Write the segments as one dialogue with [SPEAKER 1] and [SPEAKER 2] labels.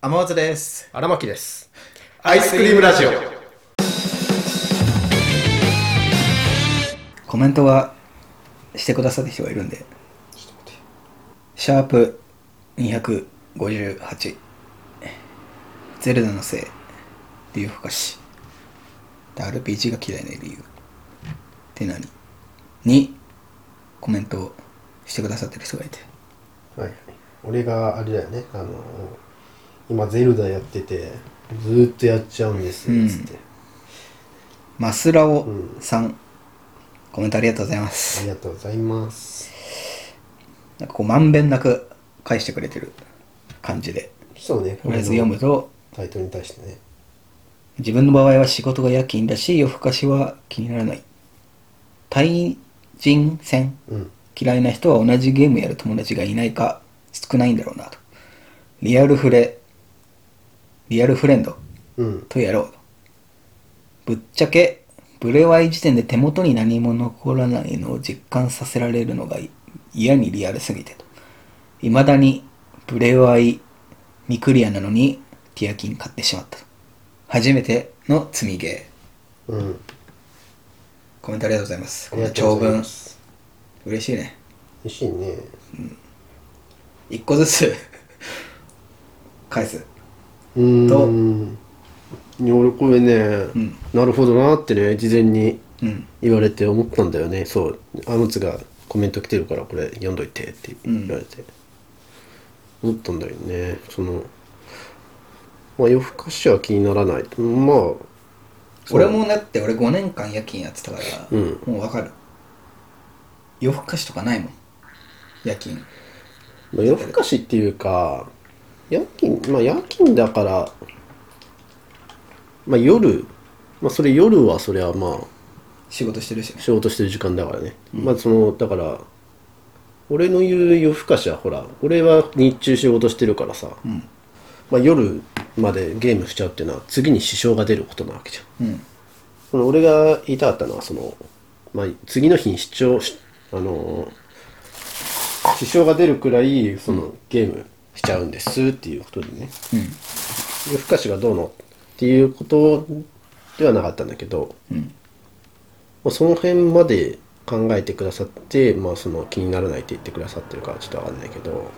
[SPEAKER 1] 天松です
[SPEAKER 2] 荒牧です
[SPEAKER 1] アイスクリームラジオ
[SPEAKER 3] コメントはしてくださる人がいるんでシャープ258ゼルダのせい理由不可視で RPG が嫌いな理由って何にコメントをしてくださってる人がいて
[SPEAKER 4] はいはい、俺があれだよねあの今ゼルダやっててずーっとやっちゃうんです
[SPEAKER 3] うん
[SPEAKER 4] つって、
[SPEAKER 3] マスラオ
[SPEAKER 4] うん
[SPEAKER 3] さん、コメントありがとうございま
[SPEAKER 4] あ
[SPEAKER 3] す
[SPEAKER 4] りがとうございます
[SPEAKER 3] なんかこうまんべんなく返してくれてる感じで
[SPEAKER 4] そうね
[SPEAKER 3] とりあえず読むと
[SPEAKER 4] タイトルに対してね
[SPEAKER 3] 自分の場合は仕事が夜勤だし夜更かしは気にならない対人戦
[SPEAKER 4] うん
[SPEAKER 3] 嫌いな人は同じゲームやる友達がいないか少ないんだろうなとリアルフレリアルフレンド
[SPEAKER 4] うん
[SPEAKER 3] とやろうとぶっちゃけブレワイ時点で手元に何も残らないのを実感させられるのが嫌にリアルすぎてと未だにブレワイミクリアなのにティアキン買ってしまったと初めての積みゲー
[SPEAKER 4] うん
[SPEAKER 3] コメントありがとうございます
[SPEAKER 4] あ
[SPEAKER 3] こ
[SPEAKER 4] り
[SPEAKER 3] の
[SPEAKER 4] がと
[SPEAKER 3] 長
[SPEAKER 4] うござい
[SPEAKER 3] 文
[SPEAKER 4] ます
[SPEAKER 3] 嬉しいね
[SPEAKER 4] 嬉しいね
[SPEAKER 3] 一個ずつ返す
[SPEAKER 4] うーんいや俺これね、
[SPEAKER 3] ん
[SPEAKER 4] なるほどなってね事前に
[SPEAKER 3] うん
[SPEAKER 4] 言われて思ったんだよねそうあのつがコメント来てるからこれ読んどいてって言われて、思ったんだよねそのまあ夜更かしは気にならないまあそう
[SPEAKER 3] 俺もだって俺5年間夜勤やってたから、
[SPEAKER 4] うん
[SPEAKER 3] もうわかる夜更かしとかないもん夜勤
[SPEAKER 4] まあ夜更かしっていうか夜勤まあ夜勤だからまあ夜まあそれ夜はそれはまあ
[SPEAKER 3] 仕事してるしね
[SPEAKER 4] 仕事してる時間だからね、まあそのだから俺の言う夜更かしはほら俺は日中仕事してるからさ、まあ、夜までゲームしちゃうっていうのは次に支障が出ることなわけじゃん
[SPEAKER 3] うん
[SPEAKER 4] その俺が言いたかったのはその、まあ、次の日に視聴しあのー支障が出るくらいその、ゲームしちゃうんですっていうことでね、夜更かしがどうのっていうことではなかったんだけど、まあ、その辺まで考えてくださって、まあ、その気にならないって言ってくださってるからちょっとわかんないけど、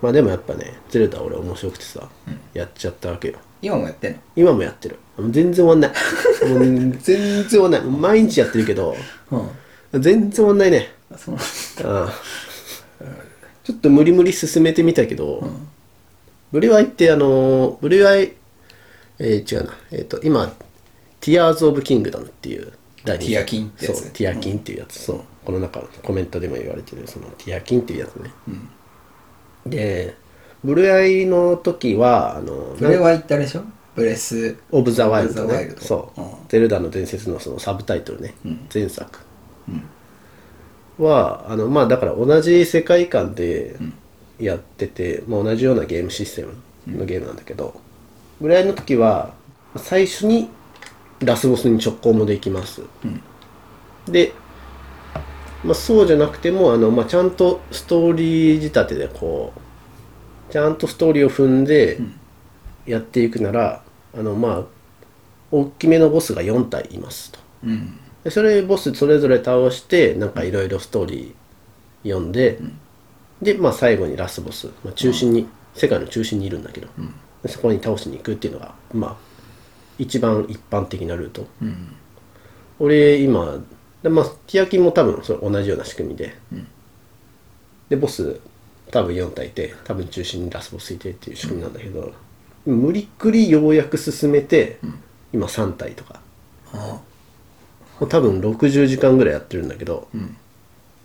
[SPEAKER 4] まあでもやっぱね「ゼルダ」俺面白くてさ、やっちゃったわけよ。
[SPEAKER 3] 今もやってんの
[SPEAKER 4] 今もやってるもう全然終わんないもう 全然終わんないもう毎日やってるけど
[SPEAKER 3] う
[SPEAKER 4] 全然終わんないね
[SPEAKER 3] んそう
[SPEAKER 4] ああちょっと無理無理進めてみたけど、ブレワイってあのブレワイえー違うなえっ、と今ティアーズ・オブ・キングダムっていう第二
[SPEAKER 3] ティアキンってやつ
[SPEAKER 4] そうティアキンっていうやつ、そうこの中のコメントでも言われてるそのティアキンっていうやつね、でブレワイの時はあの
[SPEAKER 3] ブレワイってあれでしょブレス
[SPEAKER 4] オブ・ザ・ワイルド
[SPEAKER 3] オブザワイ
[SPEAKER 4] ね
[SPEAKER 3] ルド
[SPEAKER 4] そう、
[SPEAKER 3] うん
[SPEAKER 4] ゼルダの伝説のそのサブタイトルね、前作、はあのまあだから同じ世界観でやってて、まあ、同じようなゲームシステムのゲームなんだけど、ぐらいの時は最初にラスボスに直行もできます、で、まあ、そうじゃなくてもあの、まあ、ちゃんとストーリー仕立てでこうちゃんとストーリーを踏んで、やっていくならあのまあ大きめのボスが4体いますと
[SPEAKER 3] うん
[SPEAKER 4] でそれボスそれぞれ倒してなんかいろいろストーリー読んで、でまあ最後にラスボス、まあ、中心に、世界の中心にいるんだけど、でそこに倒しに行くっていうのがまあ一番一般的なルート、
[SPEAKER 3] うん
[SPEAKER 4] 俺今でまあティアキンも多分それ同じような仕組みで、でボス多分4体いて多分中心にラスボスいてっていう仕組みなんだけど、無理くりようやく進めて、今3体とか
[SPEAKER 3] あ
[SPEAKER 4] もう多分60時間ぐらいやってるんだけど、
[SPEAKER 3] ん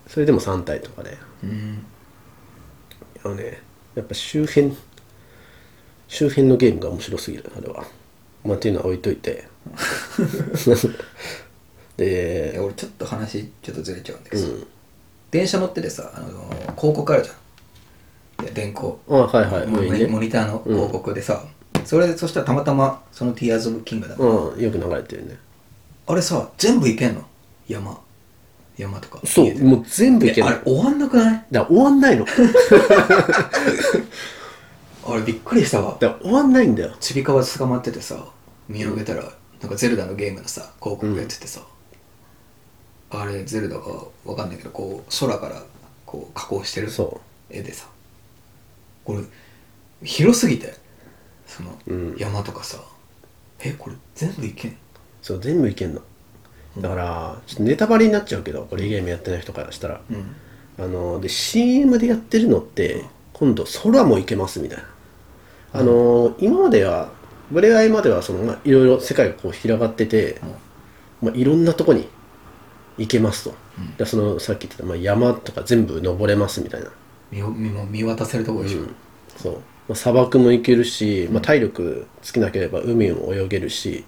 [SPEAKER 4] それでも3体とかで、
[SPEAKER 3] うん
[SPEAKER 4] あのねやっぱ周辺周辺のゲームが面白すぎるあれはまあっていうのは置いといて
[SPEAKER 3] い
[SPEAKER 4] で
[SPEAKER 3] や俺ちょっと話ちょっとずれちゃうんだけどさ、電車乗っててさあのー広告あるじゃんいや電光
[SPEAKER 4] あはいはい
[SPEAKER 3] モニ
[SPEAKER 4] 上にね
[SPEAKER 3] モニターの広告でさ、それでそしたらたまたまその「ティアーズ・オブ・キングダム」
[SPEAKER 4] うんよく流れてるね
[SPEAKER 3] あれさ全部行けんの山山とか
[SPEAKER 4] そうもう全部いけ
[SPEAKER 3] え
[SPEAKER 4] な
[SPEAKER 3] あ
[SPEAKER 4] い
[SPEAKER 3] れ終わんなくない
[SPEAKER 4] だから終わんないの
[SPEAKER 3] あ俺びっくりしたわ
[SPEAKER 4] だから終わんないんだよ
[SPEAKER 3] ちびかわ捕まっててさ見上げたらなんかゼルダのゲームのさ広告やっててさ、あれゼルダがわかんないけどこう空からこう加工してる
[SPEAKER 4] そ
[SPEAKER 3] 絵でさこれ広すぎてその
[SPEAKER 4] うん
[SPEAKER 3] 山とかさ、えこれ全部いけん
[SPEAKER 4] そう全部いけんのだからちょっとネタバレになっちゃうけどこれゲームやってない人からしたら
[SPEAKER 3] うん
[SPEAKER 4] あので CM でやってるのって今度空も行けますみたいなあの、今まではブレワイまではその、まあ、いろいろ世界がこう広がってて、まあ、いろんなとこに行けますと、
[SPEAKER 3] うん
[SPEAKER 4] でそのさっき言ってた、まあ、山とか全部登れますみたいな、
[SPEAKER 3] 見よ見も見渡せるとこでしょ、
[SPEAKER 4] そう、まあ、砂漠も行けるし、まあ、体力尽きなければ海も泳げるし、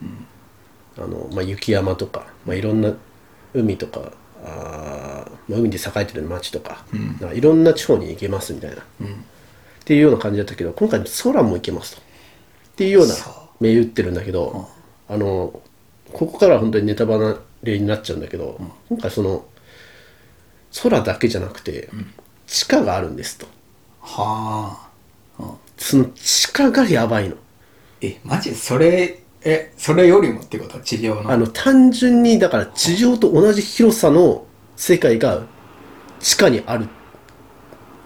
[SPEAKER 4] あのまあ、雪山とか、まあ、いろんな海とかあー、まあ、海で栄えてる町とか,、
[SPEAKER 3] うん
[SPEAKER 4] いろんな地方に行けますみたいな、っていうような感じだったけど今回空も行けますとっていうような
[SPEAKER 3] そう
[SPEAKER 4] 銘打ってるんだけど、あのここからは本当にネタバレになっちゃうんだけど、今回その空だけじゃなくて、地下があるんですと。
[SPEAKER 3] はあ、うん、
[SPEAKER 4] その地下がやばいの。
[SPEAKER 3] えマジそれえそれよりもってことは治療の
[SPEAKER 4] あの、単純に、だから地上と同じ広さの世界が地下にある。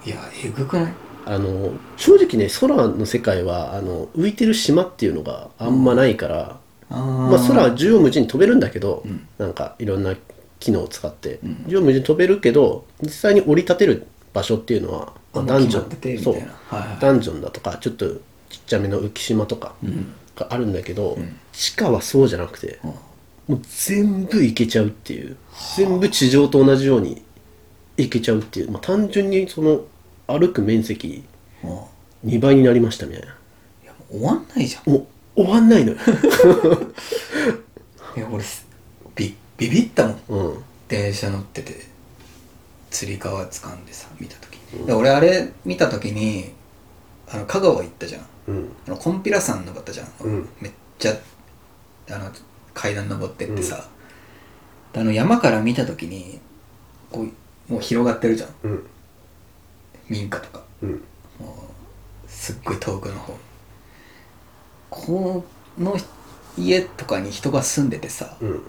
[SPEAKER 3] いやえぐくない
[SPEAKER 4] あの、正直ね、空の世界は、あの、浮いてる島っていうのがあんまないから、
[SPEAKER 3] あー
[SPEAKER 4] まあ空は縦横無尽に飛べるんだけど、
[SPEAKER 3] ん
[SPEAKER 4] なんかいろんな機能を使って、
[SPEAKER 3] ん
[SPEAKER 4] 縦横無尽に飛べるけど、実際に降り立てる場所っていうのは、ま
[SPEAKER 3] あ
[SPEAKER 4] あ
[SPEAKER 3] もう
[SPEAKER 4] ダンジ
[SPEAKER 3] 決
[SPEAKER 4] ョ
[SPEAKER 3] まってて
[SPEAKER 4] ン。
[SPEAKER 3] み
[SPEAKER 4] そ
[SPEAKER 3] たいうな。はいはい
[SPEAKER 4] ダンジョンだとか、ちょっとちっちゃめの浮島とか
[SPEAKER 3] うん
[SPEAKER 4] があるんだけど、地下はそうじゃなくて、
[SPEAKER 3] うん
[SPEAKER 4] もう全部いけちゃうっていう全部地上と同じようにいけちゃうっていう、まあ、単純にその歩く面積
[SPEAKER 3] うん
[SPEAKER 4] 2倍になりましたみたいない
[SPEAKER 3] やもう終わんないじゃん
[SPEAKER 4] もう終わんないのよ、
[SPEAKER 3] いや俺すビビビったもん
[SPEAKER 4] うん、
[SPEAKER 3] 電車乗っててつり革掴んでさ見た時に、で俺あれ見た時にあの香川行ったじゃん
[SPEAKER 4] うん
[SPEAKER 3] あのコンピラさん登ったじゃん、
[SPEAKER 4] うん
[SPEAKER 3] めっちゃあの階段登ってってさ、であの山から見た時にこうもう広がってるじゃん
[SPEAKER 4] うん
[SPEAKER 3] 民家とか
[SPEAKER 4] うん
[SPEAKER 3] もうすっごい遠くの方この家とかに人が住んでてさ、
[SPEAKER 4] うん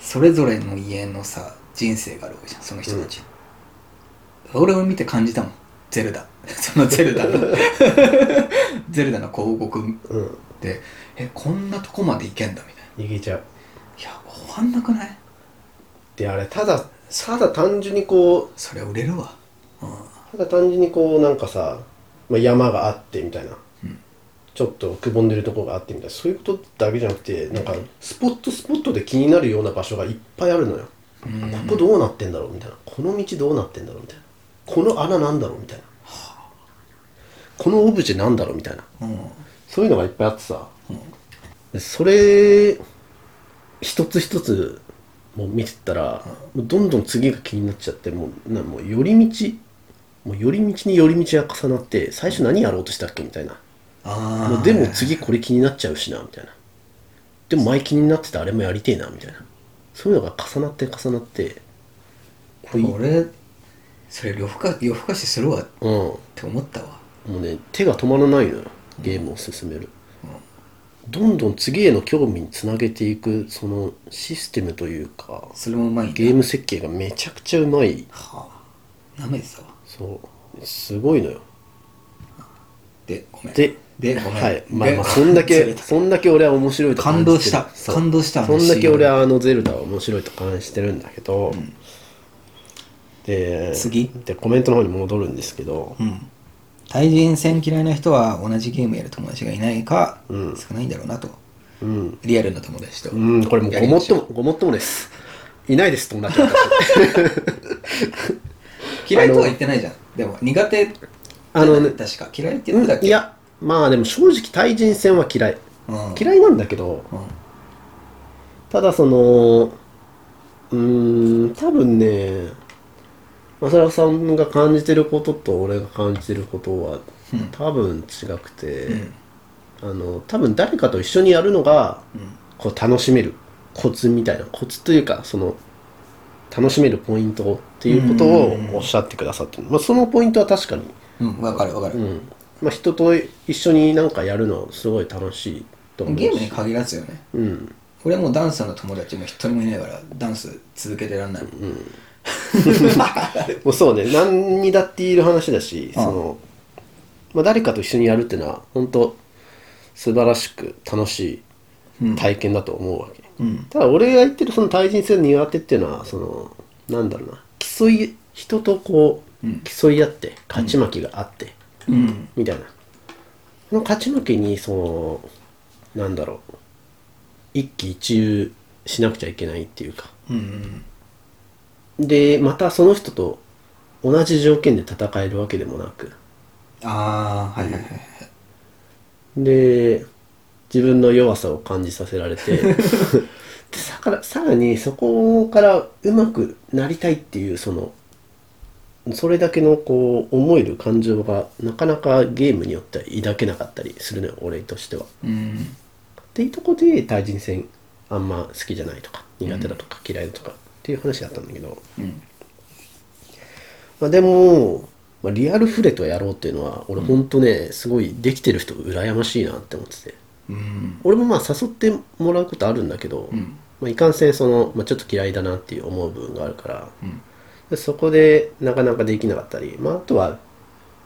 [SPEAKER 3] それぞれの家のさ人生があるわけじゃんその人たち、俺を見て感じたもんゼルダ そのゼルダの ゼルダの広告
[SPEAKER 4] うん
[SPEAKER 3] でえこんなとこまで行けんだみたい
[SPEAKER 4] いけちゃう
[SPEAKER 3] ないや終わんなくない
[SPEAKER 4] であれただただ単純にこ
[SPEAKER 3] それ売れるわうん
[SPEAKER 4] うただ単純にこうなんかさ、まあ、山があってみたいな、
[SPEAKER 3] うん
[SPEAKER 4] ちょっとくぼんでるところがあってみたいなそういうことだけじゃなくてなんかスポットスポットで気になるような場所がいっぱいあるのよ、
[SPEAKER 3] うん
[SPEAKER 4] ここどうなってんだろうみたいなこの道どうなってんだろうみたいなこの穴なんだろうみたいなこのオブジェなんだろうみたいな
[SPEAKER 3] うん
[SPEAKER 4] そういうのがいっぱいあってさ、でそれ一つ一つもう見てったら、もうどんどん次が気になっちゃってもうなもう寄り道もう寄り道に寄り道が重なって最初何やろうとしたっけみたいな、
[SPEAKER 3] あ
[SPEAKER 4] も
[SPEAKER 3] あ
[SPEAKER 4] うでも次これ気になっちゃうしなみたいなでも前気になってたあれもやりてえなみたいなそういうのが重なって重なってこれ
[SPEAKER 3] 俺それ夜更か夜更かしするわっ
[SPEAKER 4] うん、も
[SPEAKER 3] て思ったわ
[SPEAKER 4] うね手が止まらないのよゲームを進める、どんどん次への興味につなげていくそのシステムというか
[SPEAKER 3] それもうまい
[SPEAKER 4] ゲー
[SPEAKER 3] ム
[SPEAKER 4] ム設計がめちゃくちゃうまい
[SPEAKER 3] はあ舐めてたわ
[SPEAKER 4] そうすごいのよ
[SPEAKER 3] でごめん
[SPEAKER 4] で
[SPEAKER 3] でごめん
[SPEAKER 4] はいまあ
[SPEAKER 3] で
[SPEAKER 4] まあそんだ
[SPEAKER 3] ずれ
[SPEAKER 4] け
[SPEAKER 3] た
[SPEAKER 4] そんだけ俺は面白いと感じて
[SPEAKER 3] 感
[SPEAKER 4] る
[SPEAKER 3] 動した
[SPEAKER 4] そう
[SPEAKER 3] 感動した
[SPEAKER 4] そんだけ俺
[SPEAKER 3] あの
[SPEAKER 4] はあのゼルダは面白いと感じてるんだけど、で
[SPEAKER 3] 次
[SPEAKER 4] でコメントの方に戻るんですけど、
[SPEAKER 3] CM うん対人戦嫌いな人は同じゲームやる友達がいないか、
[SPEAKER 4] うん
[SPEAKER 3] 少ないんだろうなと
[SPEAKER 4] うん
[SPEAKER 3] リアルな友達と、
[SPEAKER 4] うん、これもう
[SPEAKER 3] や
[SPEAKER 4] ご
[SPEAKER 3] り
[SPEAKER 4] も
[SPEAKER 3] ま
[SPEAKER 4] っ
[SPEAKER 3] しょ
[SPEAKER 4] と
[SPEAKER 3] う
[SPEAKER 4] もごもっともですいないです友達私
[SPEAKER 3] 嫌いとは言ってないじゃんでも苦手
[SPEAKER 4] あのね
[SPEAKER 3] 確か嫌いって言ってたっ
[SPEAKER 4] うん
[SPEAKER 3] け
[SPEAKER 4] いやまあでも正直対人戦は嫌い
[SPEAKER 3] うん
[SPEAKER 4] 嫌いなんだけど
[SPEAKER 3] うん
[SPEAKER 4] ただそのうーん多分ねマサラさんが感じてることと俺が感じてることは
[SPEAKER 3] うん
[SPEAKER 4] 多分違くて、
[SPEAKER 3] うん
[SPEAKER 4] あの多分誰かと一緒にやるのが
[SPEAKER 3] うん
[SPEAKER 4] こう楽しめるコツみたいなコツというかその楽しめるポイントっていうこと
[SPEAKER 3] うんうんうん
[SPEAKER 4] をおっしゃってくださってる、まあ、そのポイントは確かに、
[SPEAKER 3] うんわかるわかる、
[SPEAKER 4] うんまあ、人と一緒になんかやるのすごい楽しいと思うし
[SPEAKER 3] ゲームに限らずよね
[SPEAKER 4] うん
[SPEAKER 3] 俺はもうダンスの友達も一人もいないからダンス続けてらんないもん、
[SPEAKER 4] もうそうね何にだっている話だしその、まあ、誰かと一緒にやるってのは本当素晴らしく楽しい体験だと思うわけ、
[SPEAKER 3] うん
[SPEAKER 4] ただ俺が言ってるその対人性の苦手っていうのはそのなんだろうな競い人とこう競い合って勝ち負けがあって、
[SPEAKER 3] うん、
[SPEAKER 4] みたいなその勝ち負けにそのなんだろう一喜一憂しなくちゃいけないっていうか
[SPEAKER 3] うんうん
[SPEAKER 4] でまたその人と同じ条件で戦えるわけでもなく
[SPEAKER 3] ああはいはいはいはい
[SPEAKER 4] で自分の弱さを感じさせられてでさからさらにそこからうまくなりたいっていうそのそれだけのこう思える感情がなかなかゲームによっては抱けなかったりするのよ俺としては。
[SPEAKER 3] うん
[SPEAKER 4] っていうとこで対人戦あんま好きじゃないとか苦手だとか嫌いだとかっていう話だったんだけど、
[SPEAKER 3] うん
[SPEAKER 4] まあ、でも、まあ、リアルフレとやろうっていうのは俺ほんとね、すごいできてる人羨ましいなって思ってて
[SPEAKER 3] うん
[SPEAKER 4] 俺もまあ誘ってもらうことあるんだけど、
[SPEAKER 3] ん
[SPEAKER 4] まあ、いかんせんその、まあ、ちょっと嫌いだなっていう思う部分があるから、
[SPEAKER 3] ん
[SPEAKER 4] でそこでなかなかできなかったり、まあ、あとは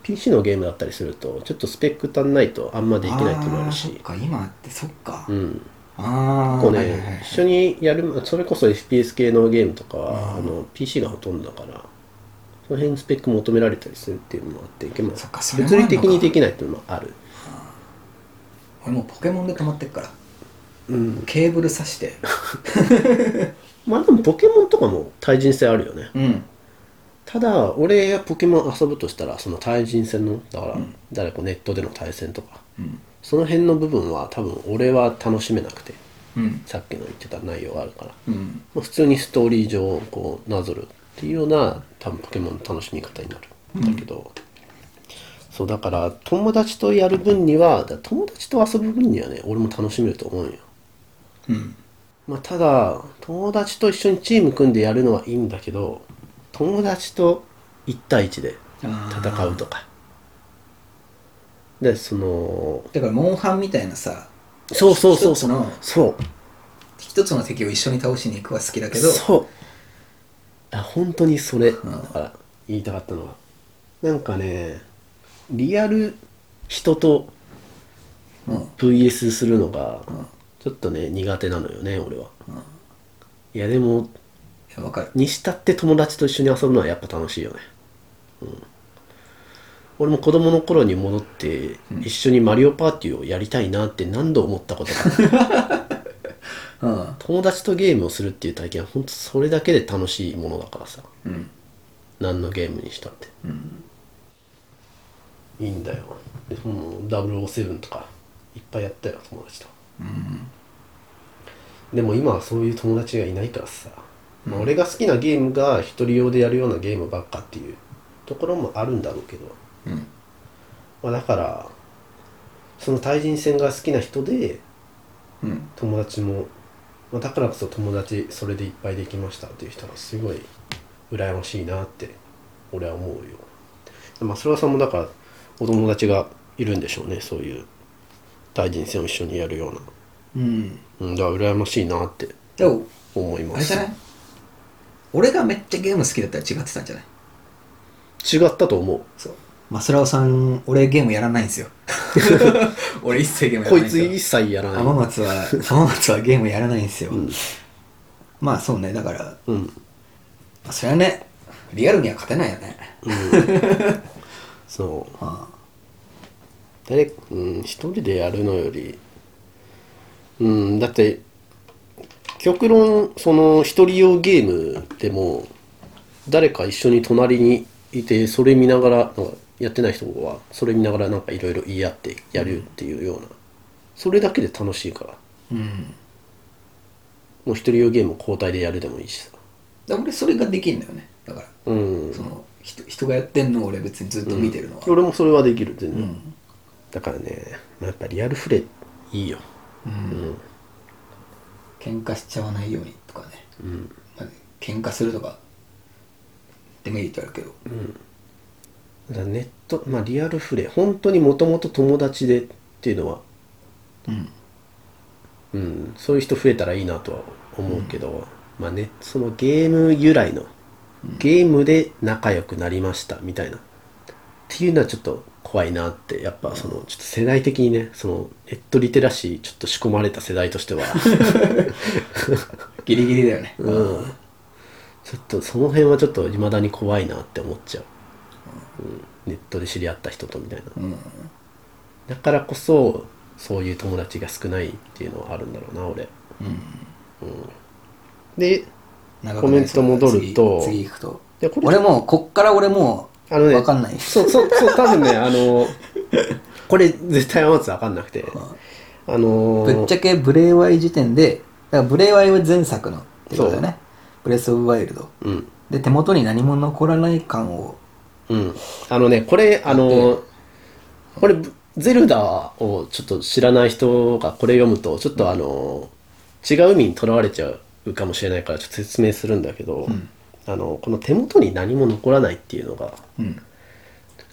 [SPEAKER 4] PC のゲームだったりするとちょっとスペック足んないとあんまできないっていうのもある
[SPEAKER 3] ーそっ
[SPEAKER 4] し
[SPEAKER 3] か今ってそっか、
[SPEAKER 4] うん
[SPEAKER 3] ああ
[SPEAKER 4] 結構
[SPEAKER 3] はいはいはい
[SPEAKER 4] ね、一緒にやる、それこそ FPS 系のゲームとかは、あの PC がほとんどだから、その辺にスペック求められたりするっていうのもあって、でも
[SPEAKER 3] そっかそれもあ
[SPEAKER 4] 物
[SPEAKER 3] るの
[SPEAKER 4] 理
[SPEAKER 3] か
[SPEAKER 4] 的にできないっていうのもある。
[SPEAKER 3] 俺もうポケモンで止まってっから
[SPEAKER 4] うん、
[SPEAKER 3] ケーブル挿して
[SPEAKER 4] まあでもポケモンとかも対人性あるよね。
[SPEAKER 3] うん
[SPEAKER 4] ただ、俺がポケモン遊ぶとしたら、その対人戦の、だから、誰かネットでの対戦とか、
[SPEAKER 3] うん
[SPEAKER 4] その辺の部分は多分俺は楽しめなくて、
[SPEAKER 3] うん
[SPEAKER 4] さっきの言ってた内容があるから。
[SPEAKER 3] うん
[SPEAKER 4] まあ普通にストーリー上をこうなぞるっていうような多分ポケモンの楽しみ方になるんだけど、そうだから友達とやる分にはだ友達と遊ぶ分にはね俺も楽しめると思うんよ、
[SPEAKER 3] うん
[SPEAKER 4] まあ、ただ友達と一緒にチーム組んでやるのはいいんだけど友達と1対1で戦うとかでその
[SPEAKER 3] だからモンハンみたいなさ
[SPEAKER 4] そうそうそう
[SPEAKER 3] 一つ
[SPEAKER 4] そう
[SPEAKER 3] の
[SPEAKER 4] そう
[SPEAKER 3] 一つの敵を一緒に倒しに行くは好きだけど
[SPEAKER 4] そうあ本当にそれだ
[SPEAKER 3] ん
[SPEAKER 4] から言いたかったのはなんかねリアル人と
[SPEAKER 3] うん
[SPEAKER 4] VS するのが
[SPEAKER 3] ん
[SPEAKER 4] ちょっとね苦手なのよね俺は、
[SPEAKER 3] ん
[SPEAKER 4] いやでも
[SPEAKER 3] いやわかる
[SPEAKER 4] にしたって友達と一緒に遊ぶのはやっぱ楽しいよね、うん、俺も子供の頃に戻って一緒にマリオパーティーをやりたいなって何度思ったことか、
[SPEAKER 3] うん
[SPEAKER 4] 友達とゲームをするっていう体験は本当それだけで楽しいものだからさ
[SPEAKER 3] うん
[SPEAKER 4] 何のゲームにしたって、いいんだよでもう007とかいっぱいやったよ友達と、でも今はそういう友達がいないからさ、まあ俺が好きなゲームが一人用でやるようなゲームばっかっていうところもあるんだろうけど、
[SPEAKER 3] うん
[SPEAKER 4] まあ、だからその対人戦が好きな人で
[SPEAKER 3] うん
[SPEAKER 4] 友達も、まあ、だからこそ友達それでいっぱいできましたっていう人はすごい羨ましいなって俺は思うよまあそれはさんもだからお友達がいるんでしょうねそういう対人戦を一緒にやるような
[SPEAKER 3] うん
[SPEAKER 4] うんだから羨ましいなって
[SPEAKER 3] でも
[SPEAKER 4] 思いま
[SPEAKER 3] あれじ
[SPEAKER 4] す
[SPEAKER 3] ゃない俺がめっちゃゲーム好きだったら違ってたんじゃない
[SPEAKER 4] 違ったと思う
[SPEAKER 3] そうマスラオさん俺ゲームやらないんですよ 俺一切ゲームやら
[SPEAKER 4] こ
[SPEAKER 3] ない
[SPEAKER 4] い
[SPEAKER 3] んです
[SPEAKER 4] つ
[SPEAKER 3] よ
[SPEAKER 4] 一切やらない
[SPEAKER 3] 浜松は浜松はゲームやらないんですよ、
[SPEAKER 4] うん
[SPEAKER 3] まあそうねだから
[SPEAKER 4] うん
[SPEAKER 3] それはねリアルには勝てないよね
[SPEAKER 4] そう
[SPEAKER 3] あ
[SPEAKER 4] 誰うん一人でやるのよりうんだって極論その一人用ゲームでも誰か一緒に隣にいてそれ見ながらなんかやってない人はそれ見ながらなんかいろいろ言い合ってやるっていうような、それだけで楽しいから
[SPEAKER 3] うん
[SPEAKER 4] もう一人用ゲームを交代でやるでもいいしさ
[SPEAKER 3] だから俺それができんだよねだから
[SPEAKER 4] うん
[SPEAKER 3] その人人がやってんのを俺別にずっと見てるのは、
[SPEAKER 4] 俺もそれはできる全然、
[SPEAKER 3] ん
[SPEAKER 4] だからねまあやっぱリアルフレいいよ
[SPEAKER 3] 喧嘩しちゃわないようにとかね、まあ、喧嘩するとかデメリットあるけど、
[SPEAKER 4] だからネット、まあ、リアルフレ本当にもともと友達でっていうのは、うんそういう人増えたらいいなとは思うけど、まあねそのゲーム由来のゲームで仲良くなりましたみたいなっていうのはちょっと怖いなってやっぱそのちょっと世代的にねそのネットリテラシーちょっと仕込まれた世代としては
[SPEAKER 3] ギリギリだよね。
[SPEAKER 4] うんちょっとその辺はちょっと未だに怖いなって思っちゃう、うん、ネットで知り合った人とみたいな、だからこそそういう友達が少ないっていうのはあるんだろうな俺、うんで
[SPEAKER 3] 長く
[SPEAKER 4] コ
[SPEAKER 3] な
[SPEAKER 4] メ
[SPEAKER 3] り
[SPEAKER 4] ン
[SPEAKER 3] そ
[SPEAKER 4] ト
[SPEAKER 3] うだね
[SPEAKER 4] 戻ると
[SPEAKER 3] 次次行くと。
[SPEAKER 4] いやこれ
[SPEAKER 3] 俺もう、こっから俺もう、
[SPEAKER 4] あのね
[SPEAKER 3] わかんない。
[SPEAKER 4] そうそうそう多 分ねあのこれ絶対天つ分かんなくてあの
[SPEAKER 3] ぶっちゃけブレイワイ時点で、だからブレイワイは前作のってことだよね。ブレス・オブ・ワイルド。
[SPEAKER 4] うん
[SPEAKER 3] で、手元に何も残らない感を、
[SPEAKER 4] うん、あのねこれあのこれゼルダをちょっと知らない人がこれ読むとちょっとあの、違う意味にとらわれちゃうかもしれないからちょっと説明するんだけど、あのこの手元に何も残らないっていうのが
[SPEAKER 3] うん。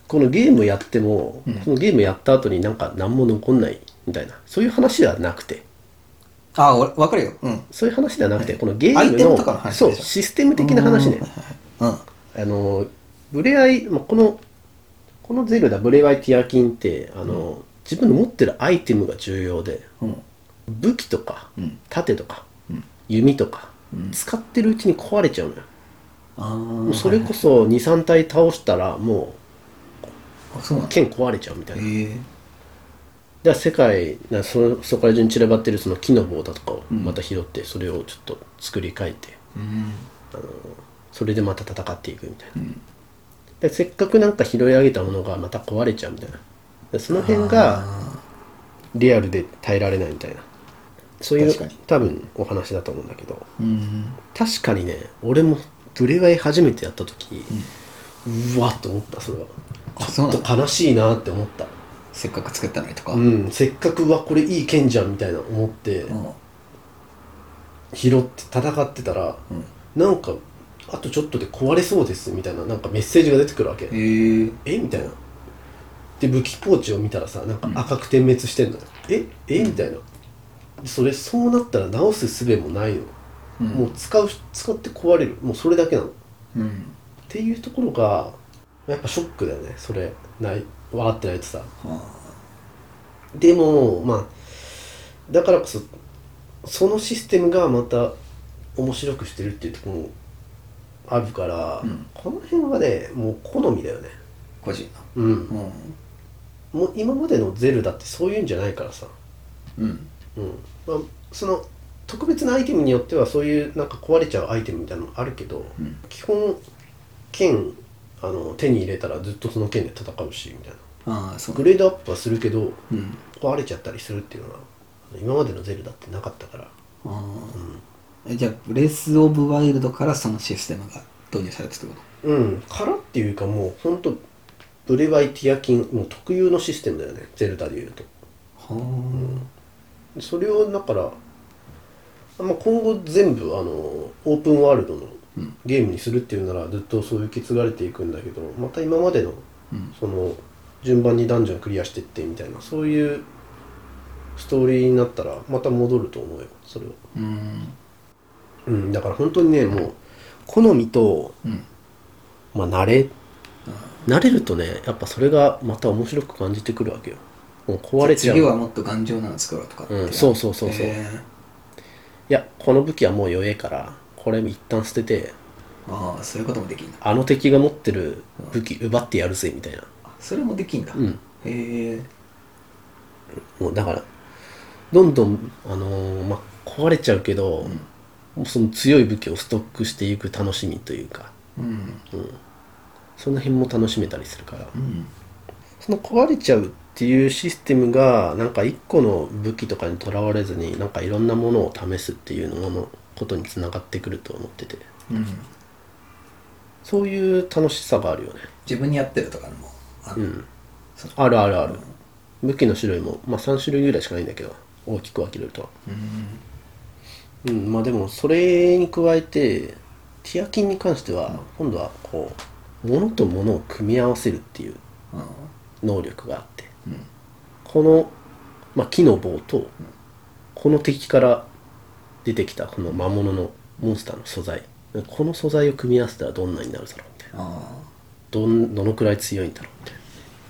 [SPEAKER 4] このゲームやっても、このゲームやった後になんか何も残んないみたいなそういう話ではなくて
[SPEAKER 3] ああ、わかるよ。うん。
[SPEAKER 4] そういう話ではなくて、このゲーム
[SPEAKER 3] アイテムとかの
[SPEAKER 4] の
[SPEAKER 3] 話
[SPEAKER 4] そ
[SPEAKER 3] でしょ
[SPEAKER 4] うシステム的な話ね、
[SPEAKER 3] うん。うん
[SPEAKER 4] あのブレアイ、まあ、このこのゼルダブレアイティアキンってあの、自分の持ってるアイテムが重要で
[SPEAKER 3] うん。
[SPEAKER 4] 武器とか、
[SPEAKER 3] うん
[SPEAKER 4] 盾とか、弓とか、使ってるうちに壊れちゃうのよ、
[SPEAKER 3] ああ、
[SPEAKER 4] もうそれ
[SPEAKER 3] はい
[SPEAKER 4] こそ23体倒したらも
[SPEAKER 3] あそうなん
[SPEAKER 4] う
[SPEAKER 3] だ。
[SPEAKER 4] 剣壊れちゃうみたいな、
[SPEAKER 3] へえ
[SPEAKER 4] で世界なそのそこら中に散らばってるその木の棒だとかをまた拾って、それをちょっと作り変えて、あのそれでまた戦っていくみたいな、でせっかくなんか拾い上げたものがまた壊れちゃうみたいなでその辺がリアルで耐えられないみたいなそうい
[SPEAKER 3] 確か
[SPEAKER 4] う
[SPEAKER 3] に
[SPEAKER 4] 多分お話だと思うんだけど
[SPEAKER 3] うん。
[SPEAKER 4] 確かにね俺もブレワイ初めてやった時、うわっと思ったそれは
[SPEAKER 3] あそうなん
[SPEAKER 4] ちょっ
[SPEAKER 3] だ。
[SPEAKER 4] と悲しいなって思った
[SPEAKER 3] せっかく作ったのにとか。
[SPEAKER 4] うん、せっかくうわこれいい剣じゃんみたいな思って
[SPEAKER 3] うん
[SPEAKER 4] 拾って戦ってたら、なんかあとちょっとで壊れそうですみたいななんかメッセージが出てくるわけえ
[SPEAKER 3] へえ
[SPEAKER 4] みたいなで武器ポーチを見たらさなんか赤く点滅してんの、ええみたいなそれそうなったら直す術もない
[SPEAKER 3] う
[SPEAKER 4] の、
[SPEAKER 3] ん
[SPEAKER 4] もう使う使って壊れるもうそれだけなのっ
[SPEAKER 3] うん。
[SPEAKER 4] ていうところがやっぱショックだよねそれない笑ってないとさ
[SPEAKER 3] あ
[SPEAKER 4] でもまあだからこそそのシステムがまた面白くしてるっていうところもあるから、
[SPEAKER 3] うん
[SPEAKER 4] この辺はねもう好みだよね
[SPEAKER 3] ー個人
[SPEAKER 4] うん、
[SPEAKER 3] の。うん。
[SPEAKER 4] もう今までのゼルダってそういうんじゃないからさ
[SPEAKER 3] うん。
[SPEAKER 4] うんまあその特別なアイテムによってはそういうなんか壊れちゃうアイテムみたいなのもあるけど、
[SPEAKER 3] うん
[SPEAKER 4] 基本剣あの手に入れたらずっとその剣で戦うしみたいな
[SPEAKER 3] ああ、そう
[SPEAKER 4] グレードアップはするけど
[SPEAKER 3] うん。
[SPEAKER 4] 壊れちゃったりするっていうのは今までのゼルダってなかったから
[SPEAKER 3] ああ。えじゃあ、ブレス・オブ・ワイルドからそのシステムが導入されたってこと
[SPEAKER 4] うんからっていうかもうほんとブレワイティアキンもう特有のシステムだよねゼルダでいうと
[SPEAKER 3] はあ。
[SPEAKER 4] それをだから、まあ、今後全部あのオープンワールドの
[SPEAKER 3] うん
[SPEAKER 4] ゲームにするっていうならずっとそういう受け継がれていくんだけどまた今までの
[SPEAKER 3] うん
[SPEAKER 4] その順番にダンジョンクリアしてってみたいなそういうストーリーになったらまた戻ると思うよそれは
[SPEAKER 3] うん。
[SPEAKER 4] うんだから本当にねもう好みと
[SPEAKER 3] うん。
[SPEAKER 4] まあ、慣れ慣れるとねやっぱそれがまた面白く感じてくるわけよもう壊れちゃう
[SPEAKER 3] 次はもっと頑丈なの作ろうとかって
[SPEAKER 4] うんそうそうそうそう
[SPEAKER 3] へえ
[SPEAKER 4] いやこの武器はもう弱えからこれ一旦捨てて
[SPEAKER 3] ああそういうこともできるんだ
[SPEAKER 4] あの敵が持ってる武器奪ってやるぜみたいな
[SPEAKER 3] あそれもできんだ、
[SPEAKER 4] うん
[SPEAKER 3] へえ
[SPEAKER 4] もうだからどんどんあのーまあ壊れちゃうけど、もうその強い武器をストックしていく楽しみというか
[SPEAKER 3] うん
[SPEAKER 4] その辺も楽しめたりするから、
[SPEAKER 3] うん
[SPEAKER 4] その壊れちゃうっていうシステムがなんか一個の武器とかにとらわれずになんかいろんなものを試すっていうののことにつながってくると思ってて
[SPEAKER 3] うん
[SPEAKER 4] そういう楽しさがあるよね
[SPEAKER 3] 自分に合ってるとかのもある、
[SPEAKER 4] うんあるあるある武器の種類も、まあ、3種類ぐらいしかないんだけど大きく分けると
[SPEAKER 3] うん
[SPEAKER 4] うんまあでもそれに加えてティアキンに関しては今度はこう物と物を組み合わせるっていう
[SPEAKER 3] うん
[SPEAKER 4] 能力があって、
[SPEAKER 3] ん
[SPEAKER 4] この、まあ、木の棒と、この敵から出てきたこの魔物のモンスターの素材この素材を組み合わせたらどんなになるだろうみたいな
[SPEAKER 3] あ
[SPEAKER 4] どんどのくらい強いんだろうみ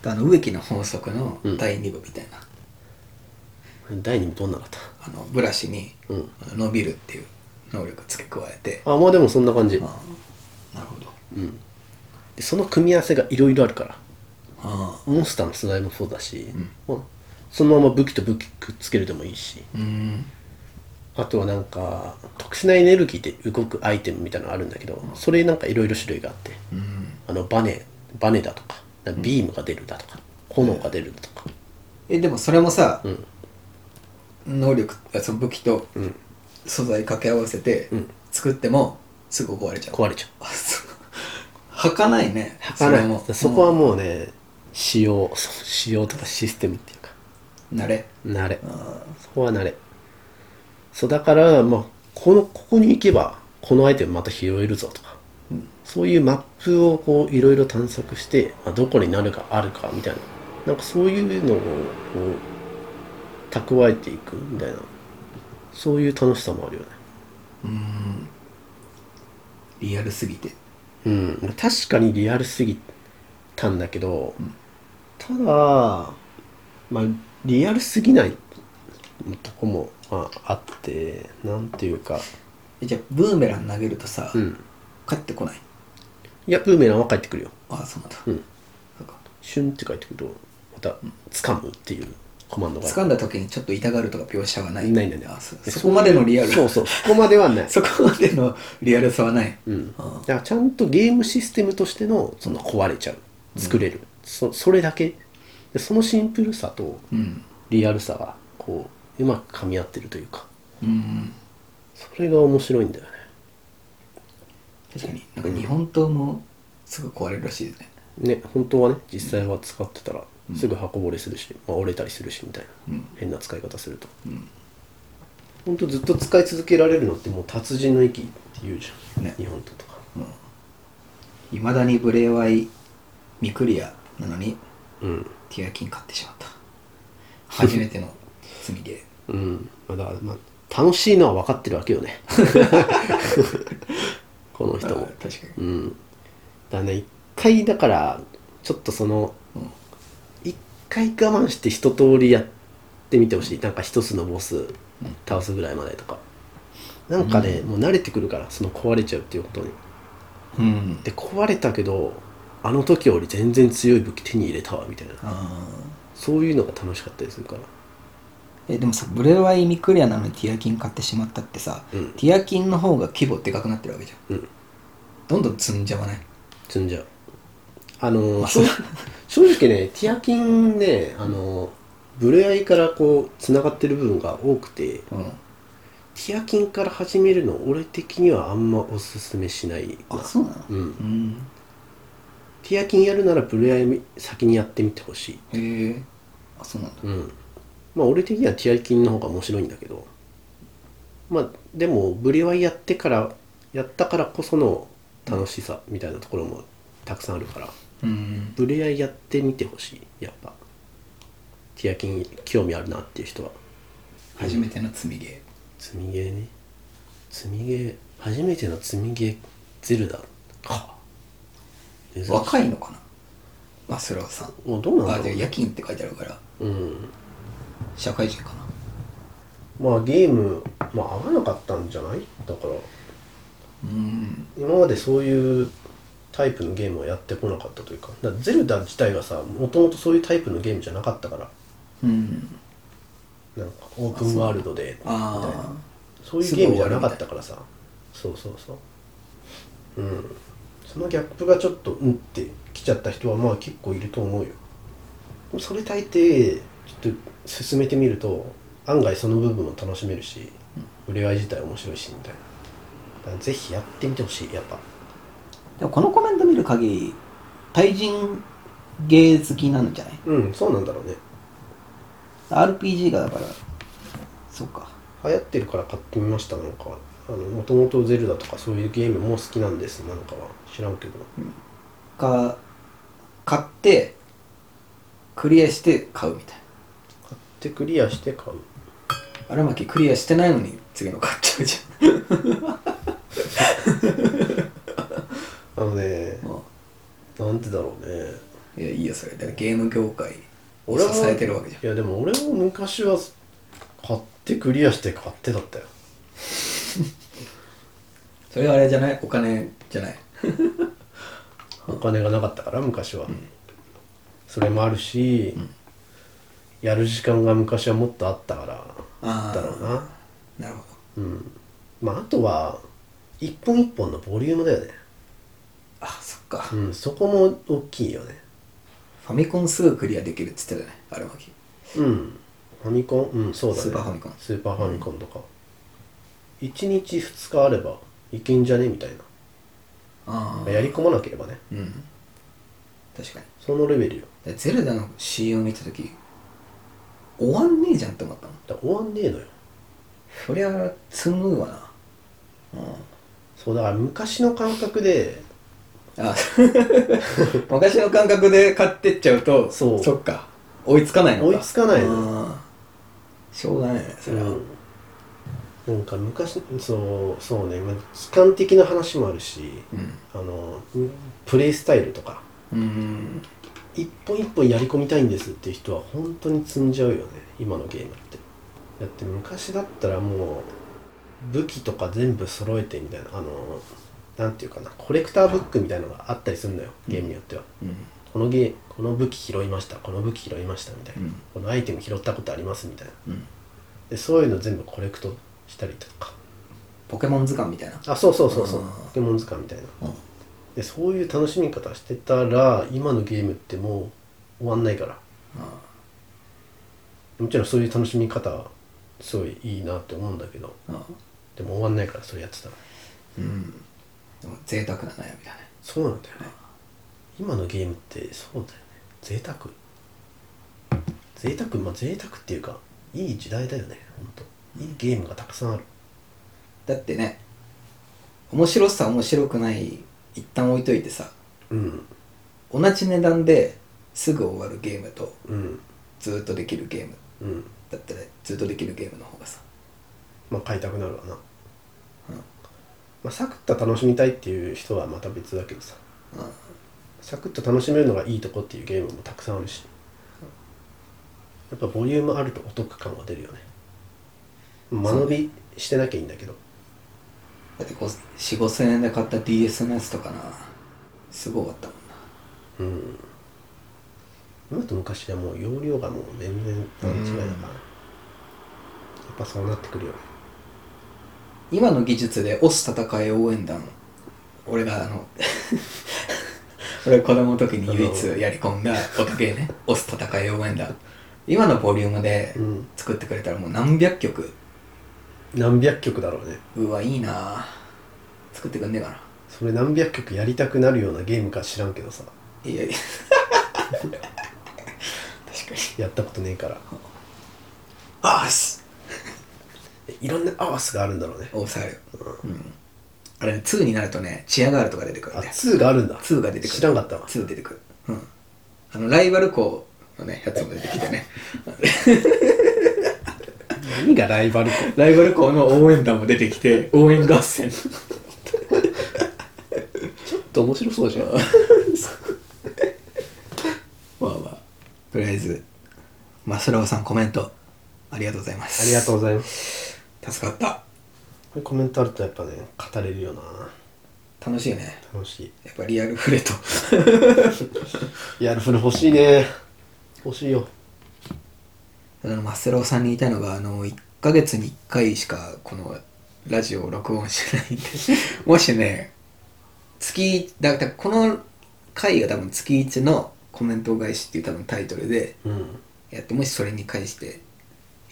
[SPEAKER 4] たい
[SPEAKER 3] ああの植木の法則の第2部みたいな、
[SPEAKER 4] な第2部どんなだった
[SPEAKER 3] あのブラシに
[SPEAKER 4] うん
[SPEAKER 3] あの伸びるっていう能力を付け加えて
[SPEAKER 4] あまあでもそんな感じ、
[SPEAKER 3] ああなるほど
[SPEAKER 4] うん、でその組み合わせがいろいろあるから
[SPEAKER 3] ああ
[SPEAKER 4] モンスターの素材もそうだし、
[SPEAKER 3] ん
[SPEAKER 4] まあそのまま武器と武器くっつけるでもいいし
[SPEAKER 3] うん
[SPEAKER 4] あとはなんか特殊なエネルギーで動くアイテムみたいなのあるんだけどそれなんかいろいろ種類があって
[SPEAKER 3] うん
[SPEAKER 4] あのバネバネだとかビームが出るだとか炎が出るだとか
[SPEAKER 3] えでもそれもさ、
[SPEAKER 4] うん
[SPEAKER 3] 能力あその武器と
[SPEAKER 4] うん
[SPEAKER 3] 素材掛け合わせて
[SPEAKER 4] うん
[SPEAKER 3] 作ってもすぐ壊れちゃう、
[SPEAKER 4] 壊れちゃう
[SPEAKER 3] あ そうはかないねは
[SPEAKER 4] それ
[SPEAKER 3] も
[SPEAKER 4] もそこはもうね仕様そう仕様とかシステムっていうか
[SPEAKER 3] うん慣れ
[SPEAKER 4] 慣れ
[SPEAKER 3] あ
[SPEAKER 4] そこは慣れそうだからまあこのここに行けばこのアイテムまた拾えるぞとか、
[SPEAKER 3] うん
[SPEAKER 4] そういうマップをこういろいろ探索して、まあ、どこになるかあるかみたいななんかそういうのをこう蓄えていくみたいなそういう楽しさもあるよね
[SPEAKER 3] ーうんリアルすぎて
[SPEAKER 4] うん確かにリアルすぎたんだけど、ただまあリアルすぎないとこも、まあ、あってなんていうか
[SPEAKER 3] えじゃあブーメラン投げるとさ、
[SPEAKER 4] うん
[SPEAKER 3] 帰ってこない
[SPEAKER 4] いや、ブーメランは帰ってくるよ。
[SPEAKER 3] ああそうなんだ、
[SPEAKER 4] うん
[SPEAKER 3] そうか
[SPEAKER 4] シュンって帰ってくると、また、掴むっていうコマンドがある。
[SPEAKER 3] 掴んだ時にちょっと痛がるとか描写はない
[SPEAKER 4] ないないない
[SPEAKER 3] あそうそこまでのリアル
[SPEAKER 4] そうそう、そこまではな い。
[SPEAKER 3] そこまでのリアルさはない、
[SPEAKER 4] うん。だ
[SPEAKER 3] あ
[SPEAKER 4] からちゃんとゲームシステムとしての、その壊れちゃう。作れる。そそれだけ。でそのシンプルさと、
[SPEAKER 3] うん
[SPEAKER 4] リアルさが、こう、うまく噛み合ってるというか、
[SPEAKER 3] うん
[SPEAKER 4] それが面白いんだよね。
[SPEAKER 3] 確かになんか日本刀もすぐ壊れるらしいですね
[SPEAKER 4] ね、本当はね、実際は使ってたら、すぐ刃こぼれするし、まあ、折れたりするし、みたいな。
[SPEAKER 3] うん
[SPEAKER 4] 変な使い方すると。
[SPEAKER 3] うん
[SPEAKER 4] ほんとずっと使い続けられるのってもう達人の域って言うじゃん、
[SPEAKER 3] ね
[SPEAKER 4] 日本ととか
[SPEAKER 3] いまだにブレワイミクリアなのに
[SPEAKER 4] うん
[SPEAKER 3] ティアキン買ってしまった初めての積みゲ
[SPEAKER 4] うんまあだからまあ楽しいのは分かってるわけ よねこの
[SPEAKER 3] ー
[SPEAKER 4] 人も
[SPEAKER 3] あ確か
[SPEAKER 4] う
[SPEAKER 3] に
[SPEAKER 4] んだね一回だからちょっとその
[SPEAKER 3] うん
[SPEAKER 4] 一回我慢して一通りやってみてほしいなんか一つのボス倒すぐらいまでとかなんかね、もう慣れてくるからその壊れちゃうっていうことに
[SPEAKER 3] うん
[SPEAKER 4] で壊れたけどあの時より全然強い武器手に入れたわみたいな
[SPEAKER 3] あ
[SPEAKER 4] そういうのが楽しかったりするから。
[SPEAKER 3] ーえでもさブレワイミクリアなのにティアキン買ってしまったってさ、
[SPEAKER 4] うん
[SPEAKER 3] ティアキンの方が規模でかくなってるわけじゃん
[SPEAKER 4] うん。
[SPEAKER 3] どんどん積んじゃわない
[SPEAKER 4] 積んじゃう。あのー
[SPEAKER 3] あそう
[SPEAKER 4] 正正直ね、ティアキンね、あのーブレアイからこう、つながってる部分が多くて、
[SPEAKER 3] うん
[SPEAKER 4] ティアキンから始めるの、俺的にはあんまおすすめしないな
[SPEAKER 3] あそうなの
[SPEAKER 4] うん。
[SPEAKER 3] うん
[SPEAKER 4] ティアキンやるならブレアイ先にやってみてほしい。
[SPEAKER 3] へえあそうなんだ
[SPEAKER 4] うん。まあ、俺的にはティアキンの方が面白いんだけど、まあ、でも、ブレアイやってから、やったからこその楽しさみたいなところもたくさんあるから。
[SPEAKER 3] うん
[SPEAKER 4] ブレアやってみてほしいやっぱティアキン興味あるなっていう人は
[SPEAKER 3] 初めての積みゲ
[SPEAKER 4] 積みゲーね積みゲー初めての積みゲーゼルダか
[SPEAKER 3] ー若
[SPEAKER 4] い
[SPEAKER 3] いのかなマスローさん
[SPEAKER 4] もうどうなんだ
[SPEAKER 3] あ
[SPEAKER 4] ろう
[SPEAKER 3] で
[SPEAKER 4] ね
[SPEAKER 3] 夜勤って書いてあるから
[SPEAKER 4] うん
[SPEAKER 3] 社会人かな
[SPEAKER 4] まあゲームまあ合わなかったんじゃないだから
[SPEAKER 3] うん
[SPEAKER 4] 今までそういうタイプのゲームをやってこなかったというかだからゼルダ自体がさもともとそういうタイプのゲームじゃなかったから
[SPEAKER 3] うん
[SPEAKER 4] なんかオープンワールドでみたいな
[SPEAKER 3] あ
[SPEAKER 4] そういうゲームじゃなかったからさそうそうそううんそのギャップがちょっとうんってきちゃった人はまあ結構いると思うよでもそれ大抵ちょっと進めてみると案外その部分も楽しめるし触れ合い自体面白いしみたいなだからぜひやってみてほしいやっぱ
[SPEAKER 3] あでもこのコメント見る限り対人ゲー好きなんじゃない
[SPEAKER 4] うんそうなんだろうね
[SPEAKER 3] RPG がだからそうか
[SPEAKER 4] 流行ってるから買ってみましたなんかもともとゼルダとかそういうゲームも好きなんですなんかは知らんけど、
[SPEAKER 3] か買ってクリアして買うみたい
[SPEAKER 4] 買ってクリアして買う
[SPEAKER 3] な荒牧クリアしてないのに次の買っちゃうじ
[SPEAKER 4] あのね
[SPEAKER 3] ゃん ま
[SPEAKER 4] なんてだろうね
[SPEAKER 3] あいやいいよそれだからゲーム業界を
[SPEAKER 4] 俺
[SPEAKER 3] 支
[SPEAKER 4] は
[SPEAKER 3] えてるわけじゃん
[SPEAKER 4] いやでも俺も昔は買ってクリアして買ってだったよ
[SPEAKER 3] それはあれじゃないお金じゃない
[SPEAKER 4] お金がなかったから昔は、それもあるし、やる時間が昔はもっとあったから
[SPEAKER 3] あ
[SPEAKER 4] だろう
[SPEAKER 3] あ
[SPEAKER 4] な
[SPEAKER 3] なるほど
[SPEAKER 4] うんまああとは一本一本のボリュームだよね
[SPEAKER 3] あそっか、
[SPEAKER 4] う
[SPEAKER 3] フ
[SPEAKER 4] んそこも大きいよね
[SPEAKER 3] ァミコンすぐクリアできるっつってたね荒牧
[SPEAKER 4] うんファミコンうんそうだね
[SPEAKER 3] スーパーファミコン
[SPEAKER 4] スーパーファミコンとか、一日二日あればいけんじゃねみたい
[SPEAKER 3] ああ
[SPEAKER 4] なやり込まなければね
[SPEAKER 3] うん確かに
[SPEAKER 4] そのレベルよ
[SPEAKER 3] でゼルダの CM 見た時終わんねえじゃんって思ったの
[SPEAKER 4] だから終わんねえのよ
[SPEAKER 3] そりゃ積むわなう
[SPEAKER 4] そうだから昔の感覚で
[SPEAKER 3] んあ 昔の感覚で買ってっちゃうと
[SPEAKER 4] そう
[SPEAKER 3] そっか追いつかないのか
[SPEAKER 4] 追いつかないの
[SPEAKER 3] のしょうがないねそれは、
[SPEAKER 4] うん、なんか昔そうそうねまあ期間的な話もあるし
[SPEAKER 3] うん
[SPEAKER 4] あのプレイスタイルとか
[SPEAKER 3] うん
[SPEAKER 4] 一本一本やり込みたいんですっていう人は本当に積んじゃうよね今のゲームってだって昔だったらもう武器とか全部揃えてみたいなあのなんていうかなコレクターブックみたいなのがあったりするのよゲームによっては、
[SPEAKER 3] うん
[SPEAKER 4] このゲーこの武器拾いましたこの武器拾いましたみたいな、
[SPEAKER 3] うん
[SPEAKER 4] このアイテム拾ったことありますみたいな
[SPEAKER 3] うん
[SPEAKER 4] でそういうの全部コレクトしたりとか
[SPEAKER 3] ポケモン図鑑みたいな
[SPEAKER 4] あそうそうそうそう
[SPEAKER 3] うん
[SPEAKER 4] ポケモン図鑑みたいな
[SPEAKER 3] うん
[SPEAKER 4] でそういう楽しみ方してたら今のゲームってもう終わんないから
[SPEAKER 3] あ
[SPEAKER 4] もちろんそういう楽しみ方すごいいいなって思うんだけど
[SPEAKER 3] ああ
[SPEAKER 4] でも終わんないからそれやってたら
[SPEAKER 3] うんでも贅沢な悩みだね
[SPEAKER 4] そうなんだよね今のゲームってそうだよね贅沢贅沢まあ贅沢っていうかいい時代だよねほんといいゲームがたくさんある
[SPEAKER 3] だってね面白さ面白くない一旦置いといてさ
[SPEAKER 4] うん
[SPEAKER 3] 同じ値段ですぐ終わるゲームと
[SPEAKER 4] うん
[SPEAKER 3] ずーっとできるゲーム
[SPEAKER 4] うん
[SPEAKER 3] だったらずっとできるゲームの方がさ、
[SPEAKER 4] まあ買いたくなるわな、
[SPEAKER 3] うん
[SPEAKER 4] まあ、サクッと楽しみたいっていう人はまた別だけどさ
[SPEAKER 3] うん
[SPEAKER 4] サクッと楽しめるのがいいとこっていうゲームもたくさんあるしやっぱボリュームあるとお得感は出るよね間延びしてなきゃいいんだけど
[SPEAKER 3] だってこう4 5 0 0 0円で買った DS のやつとかなすごかったもんな
[SPEAKER 4] うん今と昔はもう容量がもう全然段違いだからやっぱそうなってくるよね
[SPEAKER 3] 今の技術で「オス戦い応援団」俺があの 俺が子供の時に唯一やり込んだ音ゲーね「オス戦い応援団」今のボリュームで
[SPEAKER 4] うん
[SPEAKER 3] 作ってくれたらもう何百曲
[SPEAKER 4] 何百曲だろうね
[SPEAKER 3] うわいいなあ作ってくんねえかな
[SPEAKER 4] それ何百曲やりたくなるようなゲームか知らんけどさ
[SPEAKER 3] いやいや確かに
[SPEAKER 4] やったことねえから
[SPEAKER 3] ああし
[SPEAKER 4] えいろんな合わせがあるんだろうね
[SPEAKER 3] 大沢よ、うん、あれね2になるとねチアガールとか出てくる
[SPEAKER 4] あ
[SPEAKER 3] ね
[SPEAKER 4] 2があるんだ
[SPEAKER 3] 2が出てくる
[SPEAKER 4] 知らんかったわ
[SPEAKER 3] 2出てくる、うん、あのライバル校のねやつも出てきてね
[SPEAKER 4] 何がライバル校
[SPEAKER 3] ライバル校の応援団も出てきて応援合戦
[SPEAKER 4] ちょっと面白そうじゃん
[SPEAKER 3] まあまあとりあえずマスラオさんコメントありがとうございます
[SPEAKER 4] ありがとうございます。
[SPEAKER 3] う助かった
[SPEAKER 4] これコメントあるとやっぱね、語れるよな。
[SPEAKER 3] 楽しいよね
[SPEAKER 4] 楽しい。
[SPEAKER 3] やっぱリアルフレと
[SPEAKER 4] いや、それ欲しいね。欲しいよ。
[SPEAKER 3] あのマスラオさんに言いたいのがあの1ヶ月に1回しかこのラジオを録音してないんで もしね月だからこの回が多分月1のコメント返しっていう多分タイトルで
[SPEAKER 4] うん。
[SPEAKER 3] やってもしそれに返して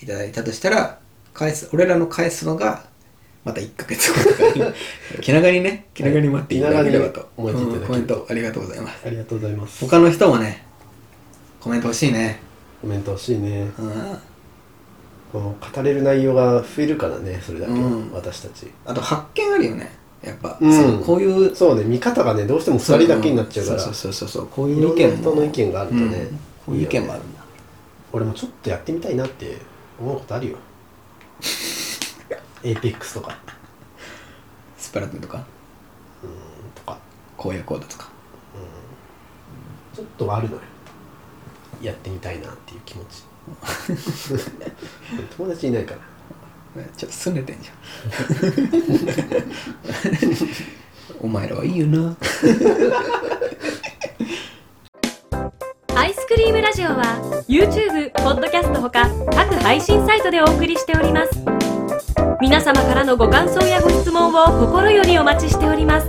[SPEAKER 3] いただいたとしたら返す俺らの返すのがまた1ヶ月後とか に気長にね気長に待っていただければと、
[SPEAKER 4] 気長に思いついていただ
[SPEAKER 3] う
[SPEAKER 4] ければ
[SPEAKER 3] んコメントありがとうございます
[SPEAKER 4] ありがとうございます。
[SPEAKER 3] 他の人もねコメント欲しいね
[SPEAKER 4] コメント欲しいね。
[SPEAKER 3] うん
[SPEAKER 4] この語れる内容が増えるからね、それだけ。
[SPEAKER 3] うん
[SPEAKER 4] 私たち。
[SPEAKER 3] あと発見あるよねやっぱ、
[SPEAKER 4] うん
[SPEAKER 3] そのこういう
[SPEAKER 4] そうね見方がねどうしても2人だけになっちゃうから
[SPEAKER 3] そうそうそうそうこうい
[SPEAKER 4] いろ
[SPEAKER 3] うん意見
[SPEAKER 4] な
[SPEAKER 3] も
[SPEAKER 4] 人の意見があるとね、
[SPEAKER 3] うんこういう意見もあるんだ
[SPEAKER 4] 俺もちょっとやってみたいなって思うこと あるよエイペックスとか
[SPEAKER 3] スプラトゥーンとか
[SPEAKER 4] うんとか
[SPEAKER 3] 荒野行動とか
[SPEAKER 4] ちょっとはあるのよやってみたいなっていう気持 ち 友達いないから
[SPEAKER 3] ちょっと拗ねてんじゃん お前らはいいよな
[SPEAKER 2] アイスクリームラジオは YouTube、Podcast ほか各配信サイトでお送りしております皆様からのご感想やご質問を心よりお待ちしております